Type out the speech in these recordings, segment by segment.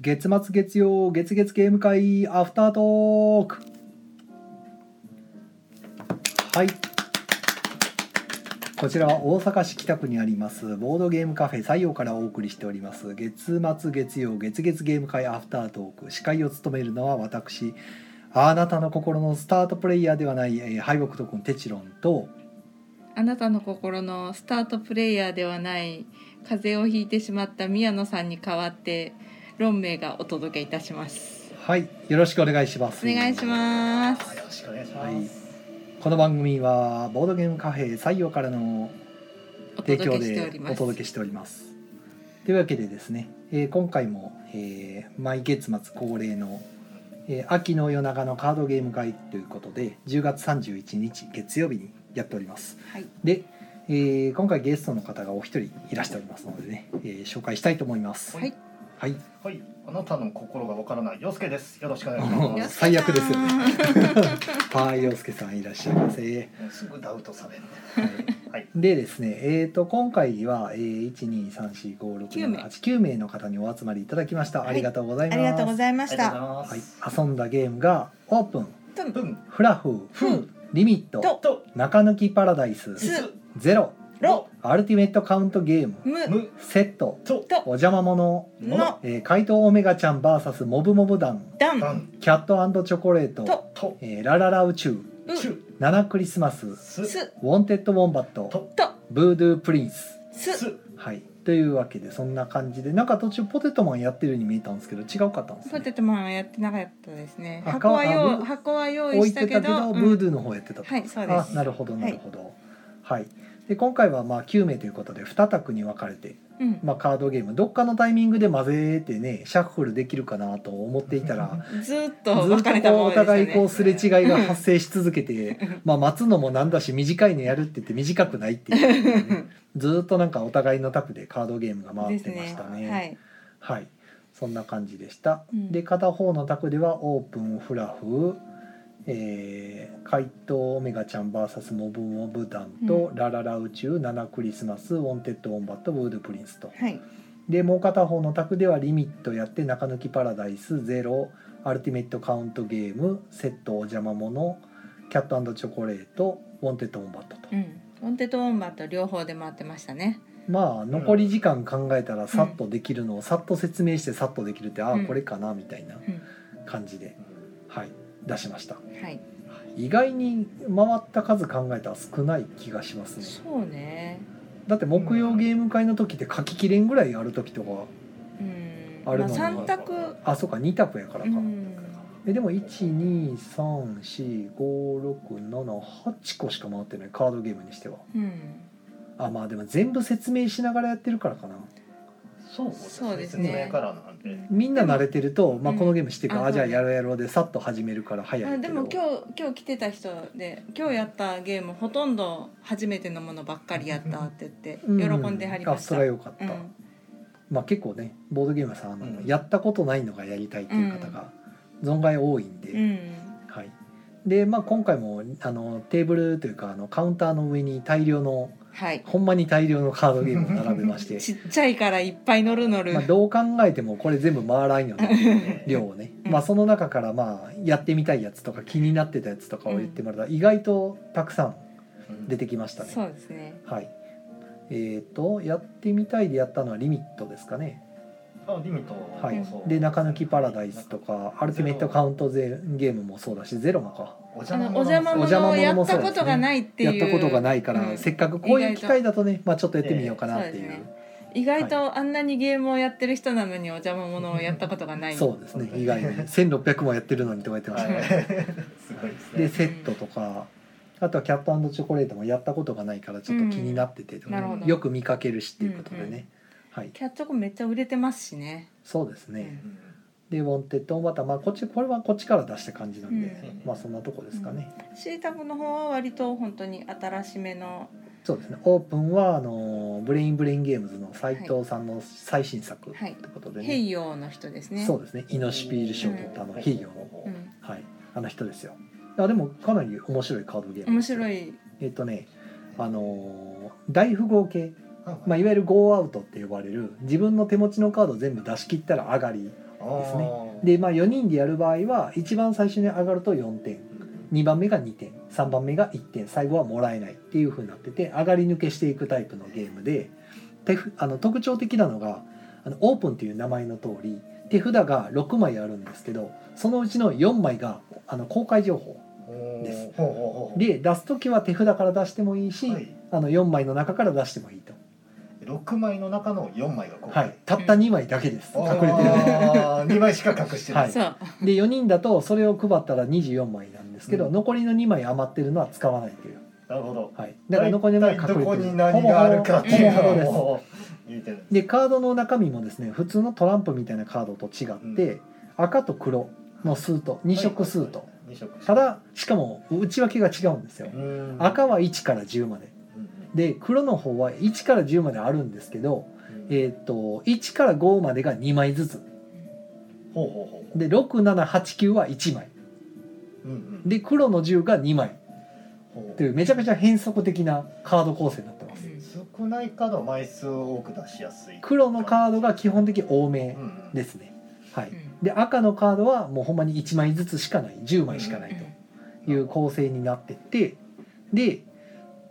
月末月曜月月ゲーム会アフタートークはいこちらは大阪市北区にありますボードゲームカフェ西洋からお送りしております月末月曜月月ゲーム会アフタートーク司会を務めるのは私あなたの心のスタートプレイヤーではない、えー、敗北と君テチロンとあなたの心のスタートプレイヤーではない風邪をひいてしまった宮野さんに代わって論名がお届けいたしますはいよろしくお願いしますお願いしますよろしくお願いしはまいす。この番組はボードゲームカフェ採用からのお提届供けしておでりまおす届けしております。というわけでですね、えー今回も、えー毎月末恒例の、えー秋の夜長のカードゲーム会ということで10月31日月曜日にやっております。はいで、えー今回ゲストの方がお一人いらしておりますのでね、えー紹介したいと思います。はいはい、はい、あなたの心がわからない洋介です。よろしくお願いしまよす。最悪ですよよパーヨウスケさんいらっしゃいませ。すぐダウトされる。はいはい。でですね、えー、と今回は、えー、123456789名名の方にお集まりいただきました、はいありがとうございまあすりがとうございまありしがとうたございます。はい、遊んだゲームが「オープン」プンブプンン「フラフフー」ン「リミッとト」と「中抜きパラダイス」す「ゼロ」ロ「アルティメットカウントゲーム」ムむ「セット」と「お邪魔者の」えー「怪盗オメガちゃん VS モブモブ団ダダンン」 「キャットチョコレートと」とえーラララ宇宙」ウチュ「七クリスマス」「ウすすスォンテッドウォンバット」とと「ブードゥープリンス」スはい、というわけでそんな感じでなんか途中ポテトマンやってるように見えたんですけど違うかったんですポねテトマンはやってなかったですねあ箱はあ用ブー箱は用意置しいてたけたけどブーどうんドゥーの方やってたと、はいそうであすなるほどはいなるほどはい、で今回はまあ9名ということで2択に分かれて、うんまあ、カードゲームどっかのタイミングで混ぜてねシャッフルできるかなと思っていた らずーっずとっ分かとれたこうまおまでした互いねこう すれ違いが発生し続けて、まあ、待つのもなんだし短いのやるって言って短くないって いう、ね、ずーっとなんかお互いの卓でカードゲームが回ってましたですねはいはい、そんな感じでした。うんで片方の卓ではオープンフラフ、えー、怪盗オメガちゃん VS モブモブ団と、うラララ宇宙7クリスマスウォンテッドオンバットブードゥプリンスと。はいでもう片方の卓ではリミットやって中抜きパラダイスゼロアルティメットカウントゲームセットお邪魔者キャットチョコレートウォンテッドオンバットと。うん、モンテとウォンバット両方で回ってましたね。まあ残り時間考えたらさっとできるのをさっと説明してさっとできるって、ああうんこれかなみたいなうん、感じで、はい、出しましたはい。意外に回った数考えたら少ない気がしますねそうね。だって木曜ゲーム会の時って書ききれんぐらいある時とかうん。あれまなのあ三択。あそうか2択やからうか、ん。えでも1234567個しか回ってないカードゲームにしてはうん。あまあでも全部説明しながらやってるからかなそうそうですね説明からなんで。 みんな慣れてると、まあ、うんこのゲームしてから、ああじゃあそうやろうやろうでさっと始めるから早あいけでども今日今日来てた人で今日やったゲームほとんど初めてのものばっかりやったって言って喜んではうりました。あそれは良かっうた、ん。まあ、結構ねボードゲームはさあの、うんやったことないのがやりたいっていう方が存外多いんで、うん。はい、で、まあ、今回もあのテーブルというかあのカウンターの上に大量のはい。ほんまに大量のカードゲームを並べまし てちっちゃいからいっぱい乗る乗る。まあどう考えてもこれ全部回らんよね量をね、うんまあ、その中からまあやってみたいやつとか気になってたやつとかを言ってもらったら意外とたくさん出てきましたね。そうですね。はいえー、とやってみたいでやったのはリミットですかね。あリミット。はいそう、で中抜きパラダイスと。かアルティメットカウントゼゲームもそうだしゼロもかおあ邪の魔お邪魔お邪者魔をや者もっそうでたすねことがないってやいっう。たことがないから、うんせっかくこういう機会だとね、まあ、ちょっとやってみようかなっていええそうう,、意外とあんなにゲームをやってる人なのにお邪魔者をやったことがない。そうですね意外に1600もやってるのにとか言ってましは たいね、 すごいですでね。セットとかあとはキャットチョコレートもやったことがないからちょっと気になってて、んなるほどよく見かけるしっていうことでね、うんうんはいキャッチョコめっちゃ売れてますしね。そうですね、うんでウォンテッドバターまあこっちこれはこっちから出した感じなんで、うんまあそんなとこですかね、シータブの方は割と本当に新しめの、そうですね。オープンはあのブレインブレインゲームズの斉藤さんの最新作とはいいうことでね。ヘイヨーの人ですね。そうですね。イノシピール賞を取ったあのヘイヨーの、うん、はいあの人ですよ。いやでもかなり面白いカードゲーム面ですよ。白い。い。えっとねあのー大富豪系、まああ、いわゆるゴーアウトって呼ばれる自分の手持ちのカード全部出し切ったら上がり、ですねで、まあ、4人でやる場合は一番最初に上がると4点2番目が2点3番目が1点最後はもらえないっていう風になってて上がり抜けしていくタイプのゲームで手ふあの特徴的なのがあのオープンっていう名前の通り手札が6枚あるんですけどそのうちの4枚があの公開情報ですほうほうほうで出す時は手札から出してもいいし、はいあの4枚の中から出してもいいと、六枚の中の四枚が公はい開、たった2枚だけです隠れてるあー二枚しか隠してなはいいそうで4人だとそれを配ったら24枚なんですけど、うん残りの2枚余ってるのは使わないという、なるほどはい、だから残りの2枚大体どこには何があるかっていうほぼほぼのですを言うてるでカードの中身もですね普通のトランプみたいなカードと違って、赤と黒のスート2色スート、二色ただしかも内訳が違うんですよ、うん赤は1から10までうんで黒の方は1から10まであるんですけど、うんえー、と1から5までが2枚ずつほうほうほうほで6789は1枚ううんうんで黒の10が2枚ほうというめちゃくちゃ変則的なカード構成になってます少ないカードは枚数を多く出しやすい黒のカードが基本的に多めうんうんですね、はうい、んで赤のカードはもうほんまに1枚ずつしかない10枚しかないというなるほ構成になっててで、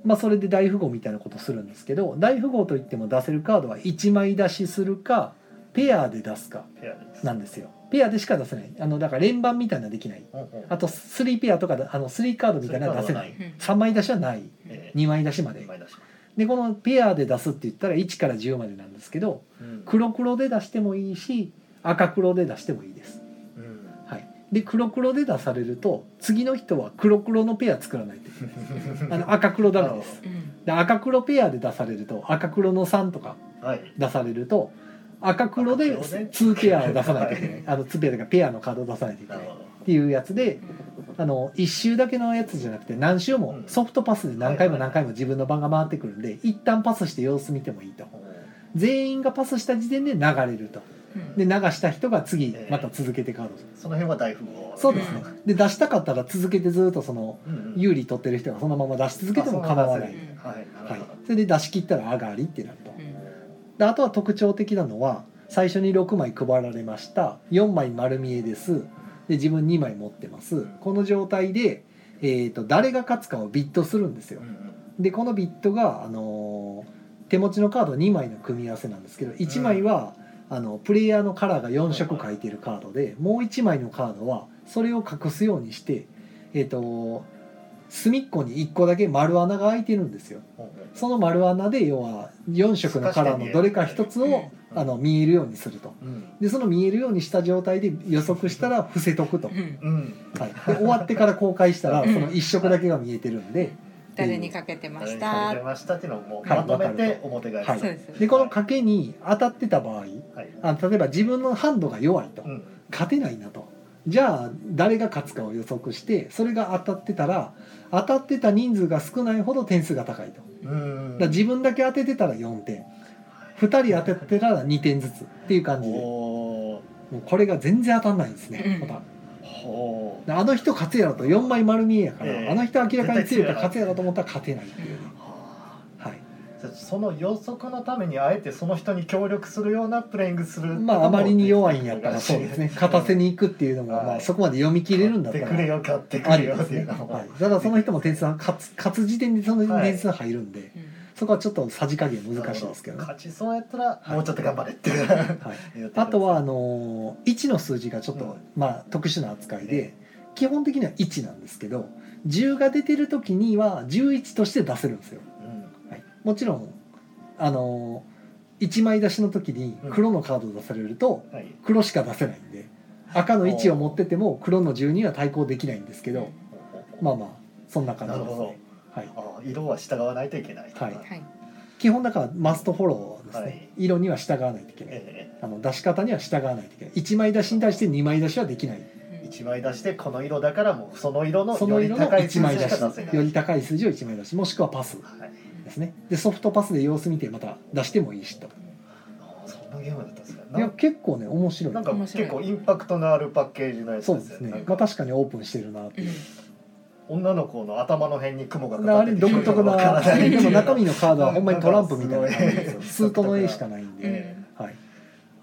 まあ、それで大富豪みたいなことするんですけど大富豪といっても出せるカードは1枚出しするかペアで出すかどペアですなんですよペアでしか出せないあのだから連番みたいなのできないほうほうあと3ペアとかだあの3カードみたいなのは出せないうん3枚出しはないええ2枚出しまで二枚出しでこのペアで出すって言ったら1から10までなんですけどうん黒黒で出してもいいし赤黒で出してもいいです、うんはい、で黒黒で出されると次の人は黒黒のペア作らないと あの赤黒ダメですうんで赤黒ペアで出されると赤黒の3とかはい出されると赤黒で赤黒ね2ペアを出さないといけないあの2ペアというかペアのカードを出さないといけなないるっほどていうやつであの1周だけのやつじゃなくて何周もうんソフトパスで何回も何回も自分の番が回ってくるんで一旦パスして様子見てもいいとほう全員がパスした時点で流れるとうんで流した人が次ええまた続けてカードを出すその辺は大富豪そうですねで出したかったら続けてずっとそのうんうん有利取ってる人がそのまま出し続けても構わない、うんはいなはるいほど、それで出し切ったら上がりってなるとうんであとは特徴的なのは最初に6枚配られました4枚丸見えですで自分2枚持ってますこの状態で、えー、と誰が勝つかをビットするんですようんうんでこのビットが、あのー手持ちのカード2枚の組み合わせなんですけど1枚は、あのプレイヤーのカラーが4色書いてるカードでもう1枚のカードはそれを隠すようにして、えっと隅っこに1個だけ丸穴が開いてるんですよほうほうその丸穴で要は4色のカラーのどれか1つうんをあの見えるようにするとうんでその見えるようにした状態で予測したら伏せとくと、うはい、んうんで終わってから公開したらその1色だけが見えてるんで。誰にかけてまし誰にかたけてましたっていうのをもうはいまとめわかるてと表返す、はそうですでこの賭けに当たってた場合はいあ例えば自分のハンドが弱いとうん勝てないなとじゃあ誰が勝つかを予測してそれが当たってたら当たってた人数が少ないほど点数が高いとだかうんら自分だけ当ててたら4点2人当ててたら2点ずつっていう感じでもおーうこれが全然当たんないんですねうまんたほうであの人勝つやろと4枚丸見えやから、ええあの人明らかに強いから勝つやろと思ったら勝てないっていうね、ははい、あその予測のためにあえてその人に協力するようなプレイングするまああまりに弱いんやったらそうです ね勝たせに行くっていうのも、はいまあ、そこまで読み切れるんだったら 買ってくれよ買ってくあれりよでっすていね。うのも、はい。ただその人も点数は勝つ勝つ時点でその点数入るんで、うんそこはちょっとさじ加減難しいですけどね。は勝ちそうやったらはいもうちょっと頑張れって、い。言ってくださ いあとはあのー1の数字がちょっと、うんまあ特殊な扱いで、ね基本的には1なんですけど、10が出てる時には11として出せるんですよ。うんはい。もちろんあのー、1枚出しの時に黒のカードを出されるとはい黒しか出せないんで、赤の1を持ってても黒の10には対抗できないんですけど、まあまあそんな感じなでるすほどね。はい。あ色は従わないといけないはいはい基本だからマストフォローですね、はい色には従わないといけない、えあの出し方には従わないといけない1枚出しに対して2枚出しはできないえ一枚出してこの色だからもうその色のそよのり色の高い1数枚字し出か出しせないより高い数字を1枚出しもしくはパスはいですねでソフトパスで様子見てまた出してもいいしとあそんなゲームだったんですかいや結構ね面白いなんか面白い結構インパクトのあるパッケージのやつそうでですすよねねなんまあか確かにオープンしてるなっていう、女の子の頭の辺に雲がかかあってれて独特なわから ないっていでうも中身のカードはほんまにトランプみたいな感じなでんすかすよごいスートの絵しかないんうで、んはい、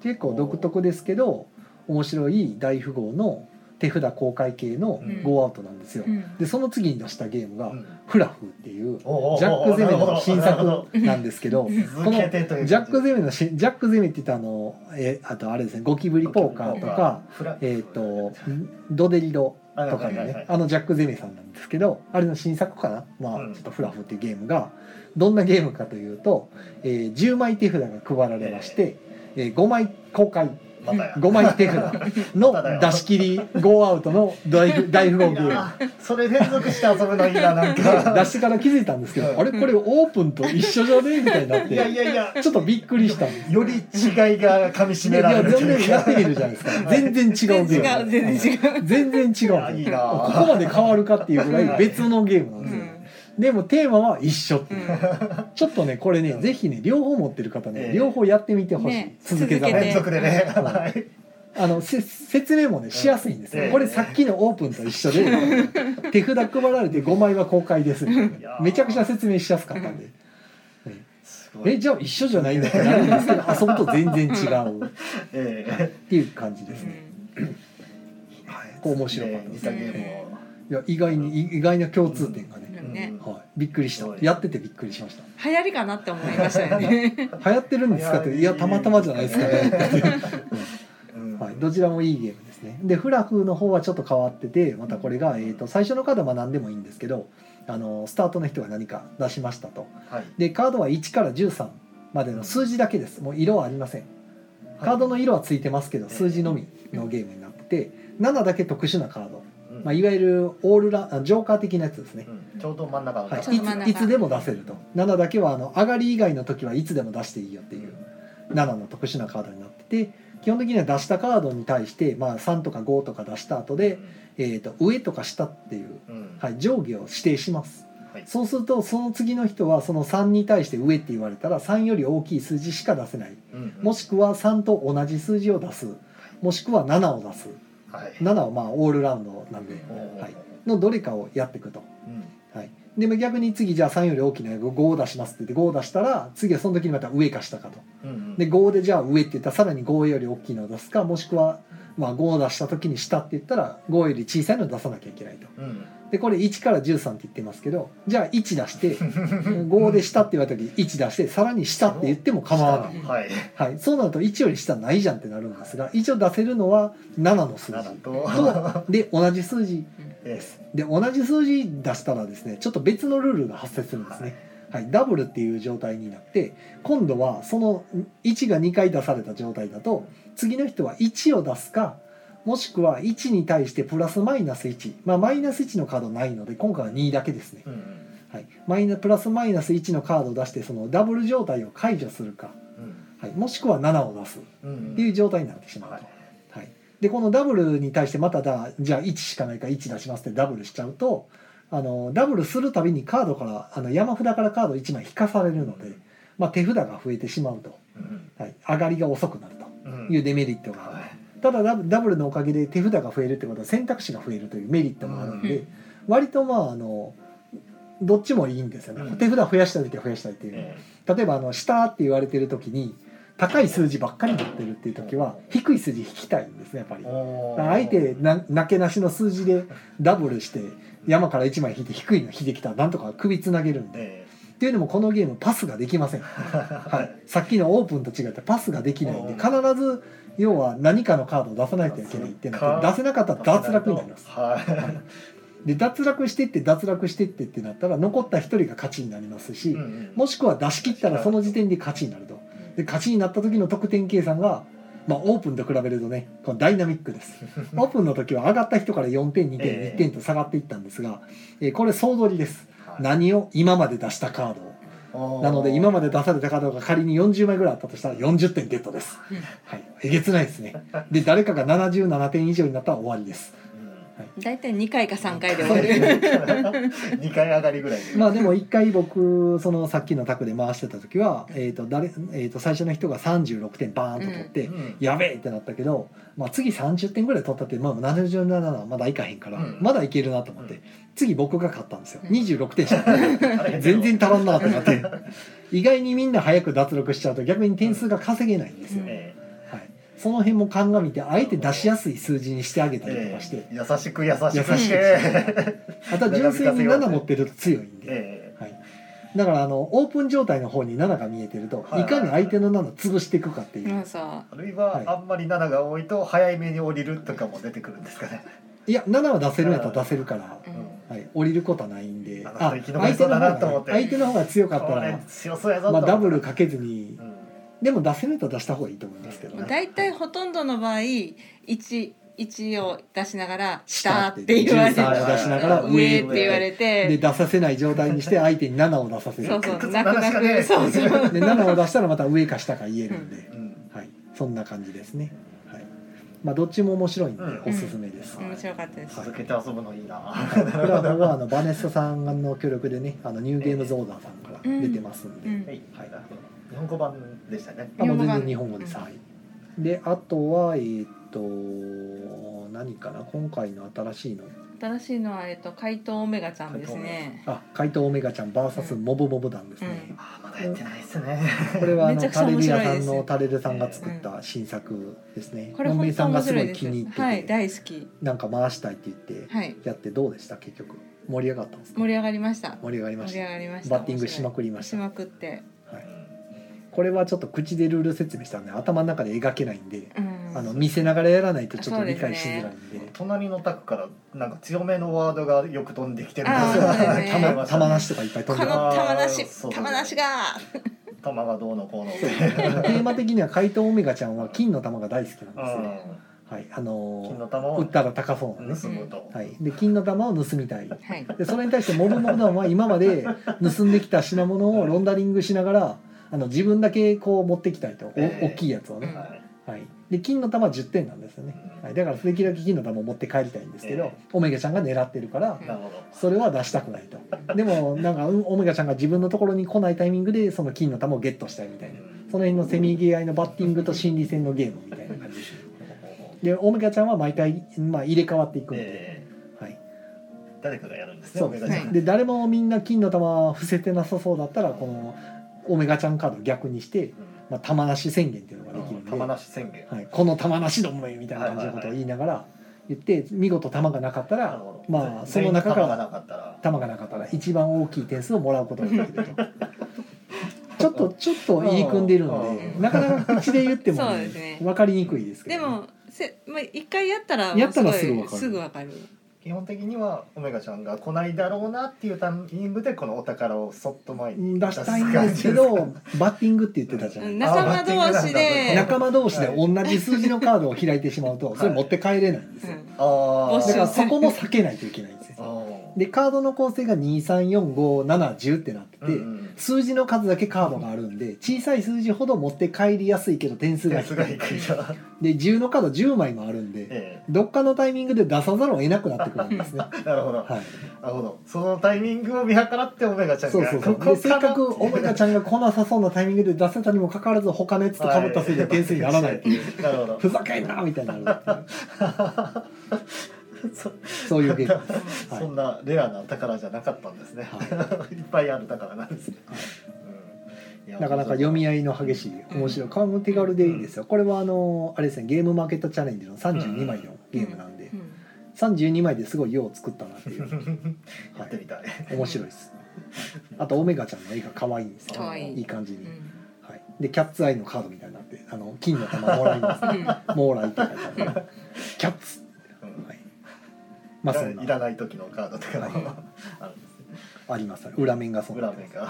結構独特ですけど面白い大富豪の手札公開系のうんゴーアウトなんですよ、うんでその次に出したゲームがうん「フラフ」っていうおうおうおうジャック・ゼメの新 なるほど作なんですけ ど続けてというジャック・ゼメのしジャック・ゼメって言ったあのえあとあれですねゴキブリポーカーとか、フラえー、とドデリドとかのはいはいはいはねいあのジャック・ゼメさんなんですけどあれの新作かな、まあう、んちょっとフラフっていうゲームがどんなゲームかというと、えー10枚手札が配られまして、えー5枚公開またや5枚手札 の出し切りゴーアウトの大富大富豪ゲいーム。やーそれ連続して遊ぶのいいななんで か出してから気づいたんですけうんどあれこれオープンと一緒じゃねえみたいになっいやいてやいやちょっとびっくりしたんですより違いが噛みい締めやられ全るという然やかってみるじゃないですかは全い然違うゲ全ー然違ムう全然違う、全然違ういんやいでいすなよあここまで変わるかっていうぐらい別のゲームなんうですよんでもテーマは一緒ってういうんちょっとねこれねうんぜひね両方持ってる方えねえ両方やってみてほしいね続けざま続け連てに続でね、うんはいあのせ説明もねしやすいんですええよこれさっきのオープンと一緒で手札配られて5枚は公開ですいやーめちゃくちゃ説明しやすかったんで。すごいえじゃあ一緒じゃないんだってなるんですけど遊ぶと全然違うっええていう感じですうね、んはい、こう面白かったで似す、たゲームをいや意外に意外な共通点がね、ねうんはい、びっくりしたそうですやっててびっくりしまし流行りかなって思いましたよね。た流行ってるんですかっていやたまたまじゃないですかね、うんはい、どちらもいいゲームですねでフラフの方はちょっと変わっててまたこれが、えー、と最初のカードは何でもいいんですけどあのスタートの人が何か出しましたとはいでカードは1から13までの数字だけですもう色はありませんカードの色はついてますけどはい数字のみのゲームになってて7だけ特殊なカード、うんまあ、いわゆるオールランあジョーカー的なやつですねう、んちょうど真ん中のはい、ちょうど真ん中いついつでも出せると7だけはあの上がり以外の時はいつでも出していいよっていう7の特殊なカードになってて基本的には出したカードに対して、まあ、3とか5とか出した後で、、えー、と上とか下っていう、うんうんはい、上下を指定しますはいそうするとその次の人はその3に対して上って言われたら3より大きい数字しか出せないうんもしくは3と同じ数字を出すもしくは7を出すはい7はまあオールラウンドなんでおーはいのどれかをやっていくと、うんはい、でも逆に次じゃあ3より大きな5を出しますって言って5を出したら次はその時にまた上か下かとうんうんで5でじゃあ上って言ったらさらに5より大きいのを出すかもしくはまあ5を出した時に下って言ったら5より小さいのを出さなきゃいけないとうんでこれ1から13って言ってますけどじゃあ1出して5で下って言われた時1出してさらに下って言っても構わないはいはい、そうなると1より下ないじゃんってなるんですが一応出せるのは7の数7字とで同じ数字 でで同じ数字出したらですねちょっと別のルールが発生するんですね、はい、ダブルっていう状態になって今度はその1が2回出された状態だと次の人は1を出すかもしくは1に対してプラスマイナス1、まあ、マイナス1のカードないので今回は2だけですねう、んはい、マイナプラスマイナス1のカードを出してそのダブル状態を解除するか、うんはい、もしくは7を出すうんっていう状態になってしまうと、はいはい、でこのダブルに対してまただじゃあ1しかないから1出しますってダブルしちゃうとあのダブルするたびにカードからあの山札からカード1枚引かされるので、まあ、手札が増えてしまうと、うんはい、上がりが遅くなるうんというデメリットがある、はいただダブダブルのおかげで手札が増えるってことは選択肢が増えるというメリットもあるんで、うん割とまああのどっちもいいんですよね、うん手札増やしたい時は増やしたいっていう、え例えばあの下って言われてる時に高い数字ばっかり持ってるっていう時は低い数字引きたいんですねやっぱりえ。おーあえてななけなしの数字でダブルして山から1枚引いて低いの引いてきたらなんとか首つなげるんでえっていうのもこのゲームパスができません、えはい、さっきのオープンと違ってパスができないんでうん必ず要は何かのカードを出さないといけないっていうのであ出せなかったら脱落になりますはで脱落してって脱落してってってなったら残った1人が勝ちになりますいし、うんうんもしくは出し切ったらその時点で勝ちになるとで勝ちになった時の得点計算が、まあ、オープンと比べるとねこのダイナミックです オープンの時は上がった人から4点2点ええ1点と下がっていったんですが、えーこれ総取りですはい何を今まで出したカードをおーなので今まで出されたカードが仮に40枚ぐらいあったとしたら40点ゲットです、はい、えげつないですねで誰かが77点以上になったら終わりですうん大体2回か3回で終わる。 2回上がりぐらいでまあでも一回僕そのさっきの卓で回してた時は、えーと誰えー、と最初の人が36点バーンと取って、うんやべえってなったけど、まあ、次30点ぐらい取ったって、まあ、77はまだいかへんから、うんまだいけるなと思って、うん次僕が勝ったんですようん26点しかない あ れ全然足らんなってなって意外にみんな早く脱落しちゃうと逆に点数が稼げないんですよ、うんはい、その辺も鑑みてあえて出しやすい数字にしてあげたりとかして、ええ優しく優しく優ししくて、えあとは純粋に7持ってると強いんで、えはい、だからあのオープン状態の方に7が見えてると、はいい、かに相手の7潰していくかっていう、まあさあるいははいあんまり7が多いと早い目に降りるとかも出てくるんですかね。いや7は出せるんやったら出せるからう、んはい、降りることはないんでなんかあ相手生き残りそうだの方ながと思って相手の方が強かったこれら、強そうやぞとま思あ、ってダブルかけずにうんでも出せるんやったら出した方がいいと思いますけどうねん。大体ほとんどの場合1一を出しながら「下」って言われて13を出しながら「上」上って言われでて出させない状態にして相手に7を出させるそうでそう靴泣く泣鳴らしかねくそうそう7を出したらまた上か下か言えるんで、うんはい、そんな感じですね、はいまあ、どっちも面白いんでうんおすすめです、面白かったです続けて遊ぶのいいな。これは僕はあのバネッサさんの協力でねあのニューゲームゾーダーさんから出てますんで、うんはい、はい、日本語版でしたね。あもう全然日日本本語語版です、うんはいであとはえーっと何かな今回の新しいの新しいのは、えっと、怪盗オメガちゃんですねあ怪盗オメガちゃん VS モブモブ団ですね、あまだやってないですね。これはあめのちゃくちタゃレ面リ白アいですさんのタレルさんが作った新作ですねこれロンメ本イさ当んが面す白ごいいで気すに入ってて、はい大好きなんか回したいって言ってはいやってどうでした結局盛り上がったんですか盛り上がりました盛り上がりま盛しり上たがりましたバッティングしまくりまししたまくってはい、これはちょっと口でルール説明したんで頭の中で描けないんで、うんあの見せながらやらないとちょっと理解しづらいんで隣のタクからなんか強めのワードがよく飛んできてるあーそう ですねたまたまなし。しとかいっぱい飛こんのでま玉なあしーそうそう玉なしが玉がどうのこうの。すテーマ的には怪盗オメガちゃんは金の玉が大好きなんですよ、うはいあん金のの玉ー、を売ったら高そうなんです、盗むと。はい、で金の玉を盗みたいはいでそれに対してモルモルダンは今まで盗んできた品物をロンダリングしながらあの自分だけこう持ってきたいとおええ大きいやつをね、はいはい、で金の玉10点なんですよね、はい、だからできるだけ金の玉を持って帰りたいんですけど、ええオメガちゃんが狙ってるからなるほど。それは出したくないとでもなんかうんオメガちゃんが自分のところに来ないタイミングでその金の玉をゲットしたいみたいなその辺のセミゲー合いのバッティングと心理戦のゲームみたいな感じでオメガちゃんは毎回、まあ、入れ替わっていくんで、えはい、え誰かがやるんですね。そうです俺ね、たはちがいで誰もみんな金の玉伏せてなさそうだったらこのオメガちゃんカードを逆にして、まあ、玉なし宣言っていうのができうるんんで、玉なし宣言。はい、この玉なしどもよみたいな感じのことを言いながら言って見事玉がなかったなるらほどまあそ全の員中か玉がならかったら。玉がなかったら一番大きい点数をもらうことができると。 ちょっとちょっと入り組んでるのでうんなかなか口で言っても、そうですね分かりにくいですけでどね、もせ、まあ、一回やったらやったらもうすすぐぐわわかる基本的にはオメガちゃんが来ないだろうなっていうタイミングでこのお宝をそっと前に出したいんですけどバッティングって言ってたじゃうないんですか仲間同士であバッティングなんだ仲間同士で同じ数字のカードを開いてしまうといそれ持って帰れないんですうよんあ募あ集だからそこも避けないといけないんですよで、でカードの構成が234570ってなってて、うんうん、数字の数だけカードがあるんで小さい数字ほど持って帰りやすいけど点数が低数が低いいから、で10のカード10枚もあるんでえどっかのタイミングで出さざるを得なくなってくるんですね、え、なるほど、はい、なるほどそのタイミングを見計らってオメガちゃんそうがそうそうここでせっかくオメガちゃんが来なさそうなタイミングで出せたにもかかわらず他のやつとかぶったせいで点数にならないっていう、うなるほどふざけんなみたいになるっていう そそういうゲームですはいそんなレアな宝じゃなかったんですね、い、っぱいある宝なんですね、うんいやなかなか読み合いの激しい面白い顔も手軽でいいですよこれはあのあれですねゲームマーケットチャレンジの32枚のゲームなんでう、ん32枚ですごいよう作ったなっていうやってみたい、面白い ですあとオメガちゃんの絵が可愛いんですよ可愛いいい感じうに、んはい、でキャッツアイのカードみたいになってあの金の玉もらいます うんもらいって書いてあるからキャッツ、うんはい、まあそんいらなない時のカードとかもはあるんですねあります裏面がそんな裏面が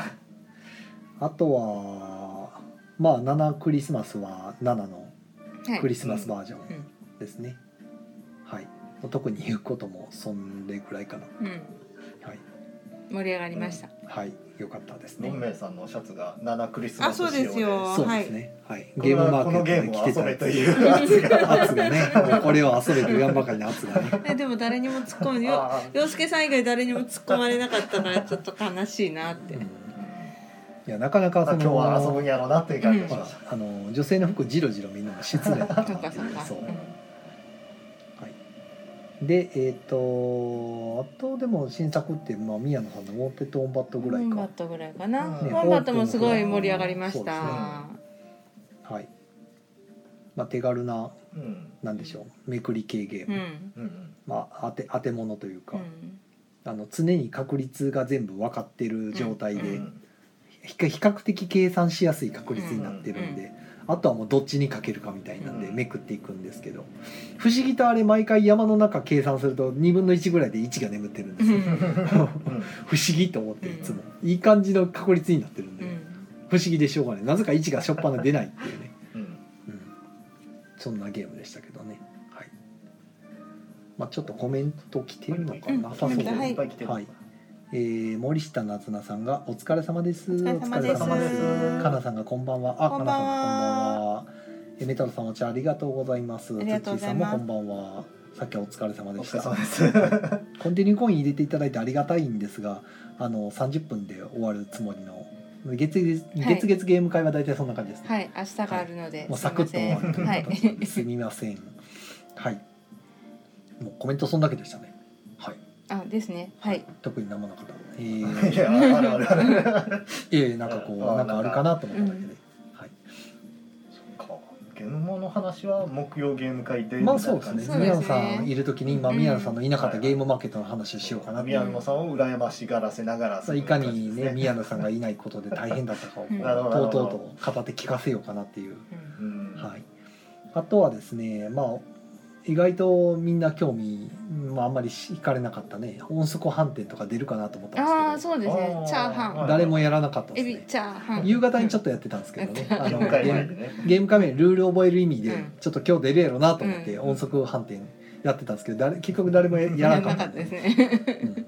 あとはまあ7クリスマスは7のはいクリスマスバージョうんンですね、はい特に言うこともそんれぐらいかなうんはい、盛り上がりました、はい、よかったですロねンメイさんのシャツが7クリスマス仕様あそうですよそうですね、はいこゲれームマはーこケットでのゲーム来をて遊たべやという圧 がつ圧がねもうこれを遊べと言わんばかりの圧がねえでも誰にも突っ込むよあ洋介さん以外誰にも突っ込まれなかったからちょっと悲しいなって、うんーいやなかなかまあその今日は遊ぶんやろうなっていう感じがしままあした、、あの女性の服じろじろみんなも失 礼な感じでそうかそうかそううんはい、でえっ、とあとでも新作って、まあ、宮野さんの「ウォンテッド・オンバット」ぐらいコンバかッ、トぐらいかな、うんコンバットもすごい盛り上がりました、はい、まあ、手軽なうんなんでしょうめくり系ゲーうム、んうんまあ、当て当て物といううか、んあの常に確率が全部分かってる状態で、ううんひか比較的計算しやすい確率になってるんで、あとはもうどっちにかけるかみたいなんでうんめくっていくんですけど、不思議とあれ毎回山の中計算すると2分の1ぐらいで1が眠ってるんですよ、うん不思議と思っていつも、いい感じの確率になってるんで、うん不思議でしょうがないなぜか1がしょっぱな出ないっていうね、うんうん、そんなゲームでしたけどねはいまあちょっとコメント来てるのかな、うんさそうコメでントすはいっぱい来てるはいえー森下夏菜さんが「お疲れ様です」お疲れ様ですかなさんが「こんばんは」あこかんなばさんがこんんはばんは」えメタルさんお茶ありがとうございますありがとうございますツッチーさんもこんばんはさっきはお疲れ様おでし疲れた様です。コンティニューコイン入れていただいてありがたいんですがあの30分で終わるつもりの月月はい月月ゲーム会は大体そんな感じですね、はい明日があるのでもうサクッと終わるという形なんですみませんはいもうコメントそんだけでしたねはいあですねはい特に何もなか った、えいー、やあるあるある。いやいやなんかこうあなんかあるかなと思っただけで、はいかゲームの話は木曜ゲーム会でまあそうですねそうですね宮野さんいる時に、まあ、うん宮野さんのいなかったはいゲームマーケットの話をしようかなっていう宮野さんを羨ましがらせながらさあいかにね宮野さんがいないことで大変だった かをこううんとうとうと片手聞かせようかなっていう、うんうんはい、あとはですねまあ意外とみんな興味、まあ、あんまり惹かれなかったね音速飯店とか出るかなと思ったんですけどああそうですあねーチャーハはいン誰もやらなかったでエすビねチャーハン夕方にちょっとやってたんですけどね、あのゲ4回ー前ムでねゲーム画面ルール覚える意味で、うんちょっと今日出るやろなと思って、う音速飯店やってたんですけど誰結局誰もやらなかったやらなかったですね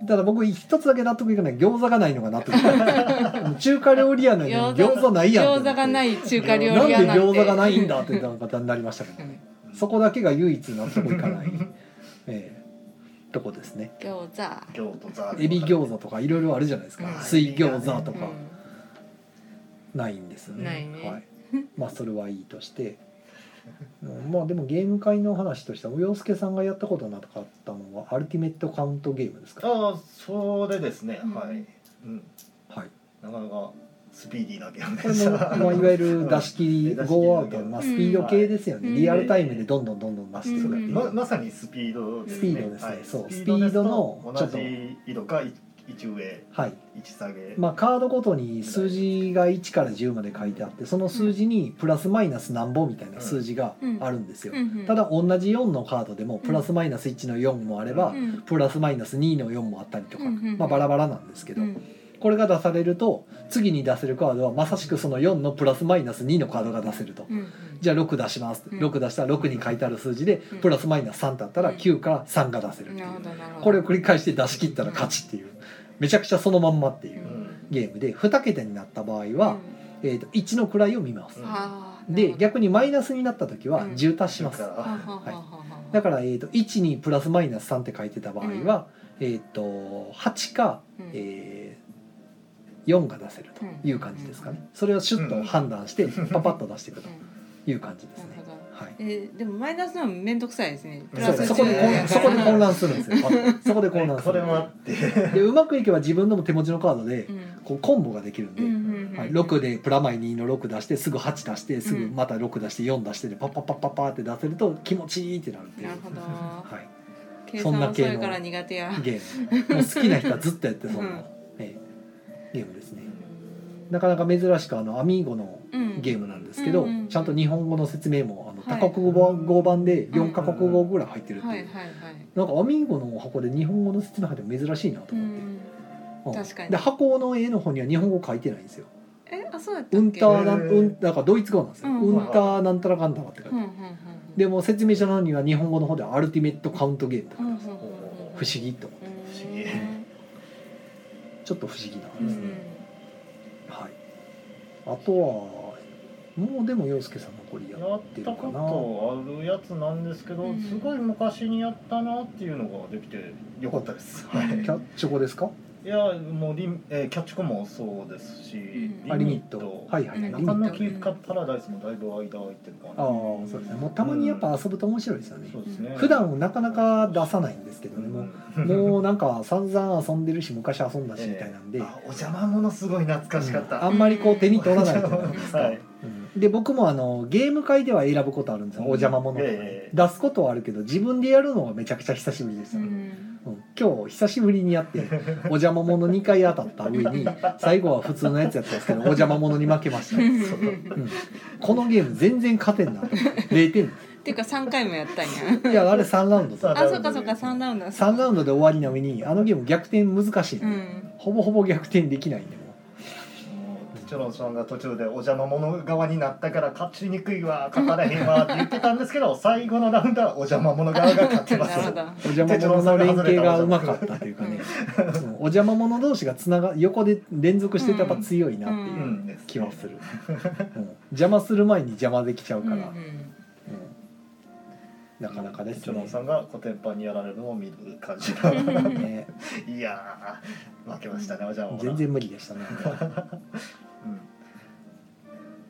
うんただ僕一つだけ納得いかない餃子がないのが納得い かない中華料理屋なのに餃子ないやんって餃子がないい中華料なん理で屋なんて餃子がないんだってなんかになりましたけど、うんそこだけが唯一納得いかない、ええとこですね餃子餃子ザエビ餃子とかいろいろあるじゃないですか、うん水餃子とか、うんないんですね。ないねはい。まあそれはいいとして。うんまあでもゲーム会の話としてはお洋介さんがやったことなかったのはアルティメットカウントゲームですか。ああそれですね、うんはい、うん、はい。なかなかスピーディーなゲームこでれ しもたまあいわゆる出し切りうんゴーアウトまあスピード系ですよね。うんリアルタイムでどんどんどんどん増していくってうんいうま。まさにスピードスピードですねはいそうですとスピードのちょ同っとじ色かい一上はい。一下げ、まあカードごとに数字が1から10まで書いてあってその数字にプラスマイナスなんぼみたいな数字があるんですよう。んうんただ同じ4のカードでもプラスマイナス1の4もあればうんプラスマイナス2の4もあったりとか、うんうんうんまあ、バラバラなんですけど、うんこれが出されると次に出せるカードはまさしくその4のプラスマイナス2のカードが出せると、うんじゃあ6出します、うん6出したら6に書いてある数字でうんプラスマイナス3だったらうん9から3が出せるっていなるほうどなるほどこれを繰り返して出し切ったら勝ちっていうめちゃくちゃそのまんまっていううんゲームで2桁になった場合は、えー、と1の位を見ますううんんあーでなる逆にマイナスになった時はうん10足します、だほどはかははははだから、えー、と1にプラスマイナス3って書いてた場合は、えー、と8か、うんえー4が出せるという感じですかね、それをシュッと判断してパパッと出していくとういう感じですんなねる、ほどはいえーでもマイナスの面倒くさいですねうんプラスそこで混10そこで混だか乱するんですよ パッとそこで混ら乱すこれるもあってでうまくいけば自分のも手持ちのカードでらうんこうコンボができるんで、うんうんうんはい、6でプラマイ2の6出してすぐ8出してすぐまた6出して4出してでパッパッパッパッパーって出せると気持ちいいってなるっていうなる、ほどはい、計そん算な遅系のいから苦手やゲームもう好きな人はずっとやってそうな、うんええゲームですねうんなかなか珍しくあのアミーゴのうんゲームなんですけど、うんうんちゃんと日本語の説明もあのはい多国語版で4カ国語ぐらい入ってるっていう、はいはいはいなんかアミーゴの箱で日本語の説明入っても珍しいなとう思って、んうん確かにで箱の絵の方には日本語書いてないんですよえあそうだったウっンけターなんへーうんなんかドイツ語なんですよ、うんウンターなんたらかんたらって書いてあうんる、うんうんうんでも説明書の方には日本語の方ではアルティメットカウントゲームとか、うんうんうんうん不思議とうん不思議ちょっと不思議なう話んうですね、んはい。あとは。もうでも洋介さん残りややっってるたかな。ことあるやつなんですけど、うんすごい昔にやったなっていうのができてよかったです、はい、キャッチョコですか。いいやもうリン、えーキャッチコもそうですし、んあリミッリトはいはいはいうんリミ中ッ野トキープカップパラダイスもだいぶ間空いてるかあなあそうですねもうたまにやっぱ遊ぶと面白いですよねそうですね普段なかなか出さないんですけどねもうもううなんか散々遊んでるし昔遊んだしみたいなんで、あお邪魔者すごい懐かしかった、あんまりこう手に取らないじゃないですか、はいうんで僕もあのゲーム会では選ぶことあるんですよ、うんお邪魔者とかね、ええ出すことはあるけど自分でやるのはめちゃくちゃ久しぶりですうよ、んうん今日久しぶりにやってお邪魔者2回当たった上に最後は普通のやつやったんですけどお邪魔者に負けました、うんこのゲーム全然勝てんな0点っていうか三回もやったんやいやあれ3ラウンドだあそうかそうか三ラウンド3ラウンドで終わりなのにあのゲーム逆転難しいんで、うんほぼほぼ逆転できないんでもうもうチョロンさんが途中でお邪魔者側になったから勝ちにくいわ勝たれへんわって言ってたんですけど最後のラウンドはお邪魔者側が勝ってまなるす ほどお邪魔者の連携がうまかったというかね、うんお邪魔者同士がつなが横で連続しててやっぱ強いなってういうんですね気はする、うん邪魔する前に邪魔できちゃううんかうら、うんんなかなかですチョロねンさんがコテンパンにやられるのを見る感じだ ねいやー負けましたねお邪魔者全然無理でしたね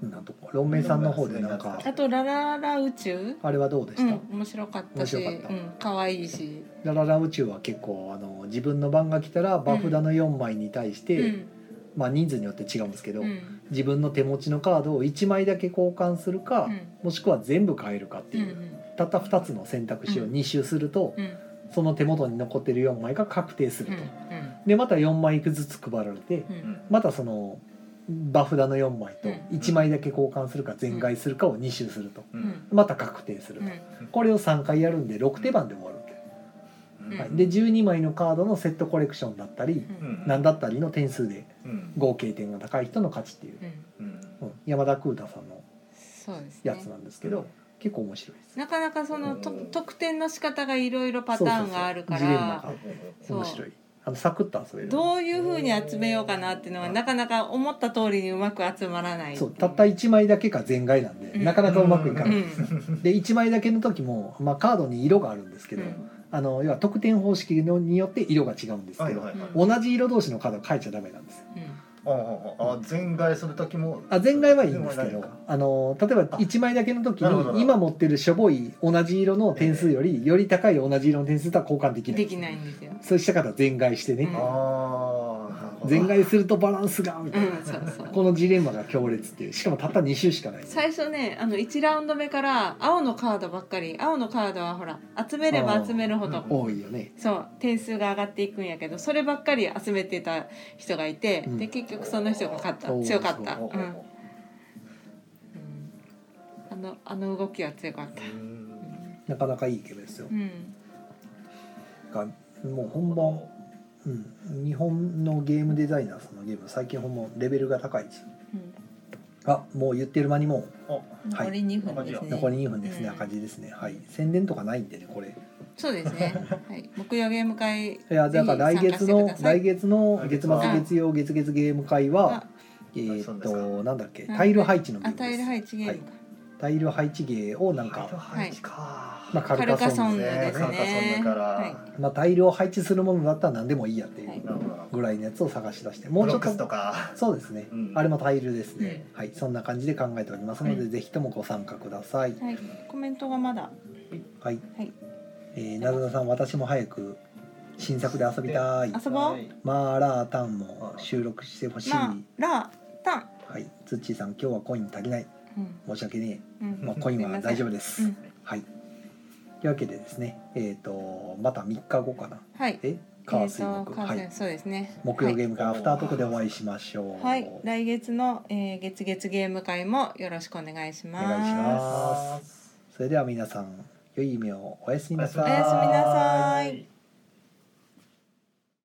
うんなんとか論明さんの方でなんかあとラララ宇宙あれはどうでうしんた、面白かったし面白かったうん可愛いしラララ宇宙は結構あの自分の番が来たら場札の4枚に対して、うんまあ人数によって違うんですけど、うん自分の手持ちのカードを1枚だけ交換するか、うんもしくは全部変えるかってうんういう、んたった2つの選択肢をうん2周すると、うんその手元に残ってる4枚が確定すうるんと、でまた4枚ずつ配られて、うんうんまたその場札の4枚とうん1枚だけ交換するか全買いするかを2周するとううんんまた確定すると、これを3回やるんで6手番で終わるんで,、うんはい、で12枚のカードのセットコレクションだったり、ううんん何だったりの点数でうん合計点が高い人の勝ちっていう、うんうんうん山田空太さんのそうですやねつなんですけど、結構面白いです。なかなかそのとうん得点の仕方がいろいろパターンがあるかそうそうそうジレンマらがそう面白いあのサクッと遊べるどういうふうに集めようかなっていうのはなかなか思った通りにうまく集まらないそうたった1枚だけが全外なんで、うんなかなかうまくいかうない、んで1枚だけの時も、まあ、カードに色があるんですけうど、んあの要は得点方式のによって色が違うんですはけいど、はいはい同じ色同士のカードは変えちゃダメなんですようんああああ全外する時もあ全外はいいんですけ全ど外あの例えば1枚だけの時なるほどに今持ってるしょぼい同じ色の点数より、より高い同じ色の点数とは交換できないできないんですよ。そうした方は全外してねう、んああなるほど全外するとバランスがみうたいな、ん、そうそう。このジレンマが強烈っていうしかもたった2周しかないんで最初ね、あの一ラウンド目から青のカードばっかり、青のカードはほら集めれば集めるほあどー。多いよねそう点数が上がっていくんやけどそればっかり集めてた人がいて、うんで結局その人が勝ったおー強かった、うほんうほうほううんあのあの動きは強かった、うんなかなかいいゲームですよう、ん、がもう本番うん、日本のゲームデザイナーさんのゲーム最近ほんまレベルが高いですうんあもう言ってる間にもあ残り2分ですうね残り2分ですね、うん赤字ですねはい宣伝とかないんでねこれそうです ね、はい、木曜ゲーム会いやだから来月の来月月の来月月末は月曜月月ゲーム会はえーそっうですかとなんだっけなんタイル配置のゲーあムタイでルす配置ゲームか、タイル配置芸をなんカルカか配置かまあカカルルカカソソンヌンヌでですすねねカルカソンヌからはまあタイルを配置するものだったら何でもいいやっていはいうなるほどぐらいのやつを探し出してもブうちロょっックスととかそうですね、うんあれもタイルですね、うはいそんな感じで考えておりますので、はいぜひともご参加くださいい、はい、コメントがまだはい、はいえーなずなさん私も早く新作で遊びたい遊ぼうはいマーラータンも収録してほしい、まあらたん、はいツッチーさん今日はコイン足りないう申んし訳ねうんえ、まあ、コインは大丈夫です、うんはいというわけでですねえっ、とまた3日後かなはいええ火ー水木、とカーはセンいそうですね木曜ゲームからアフタートークでお会いしましょうはい、はい、来月の、えー、月月ゲーム会もよろしくお願いしますお願いしますすそれでは皆さん良い夢をおやすみなさいおおやすみなさい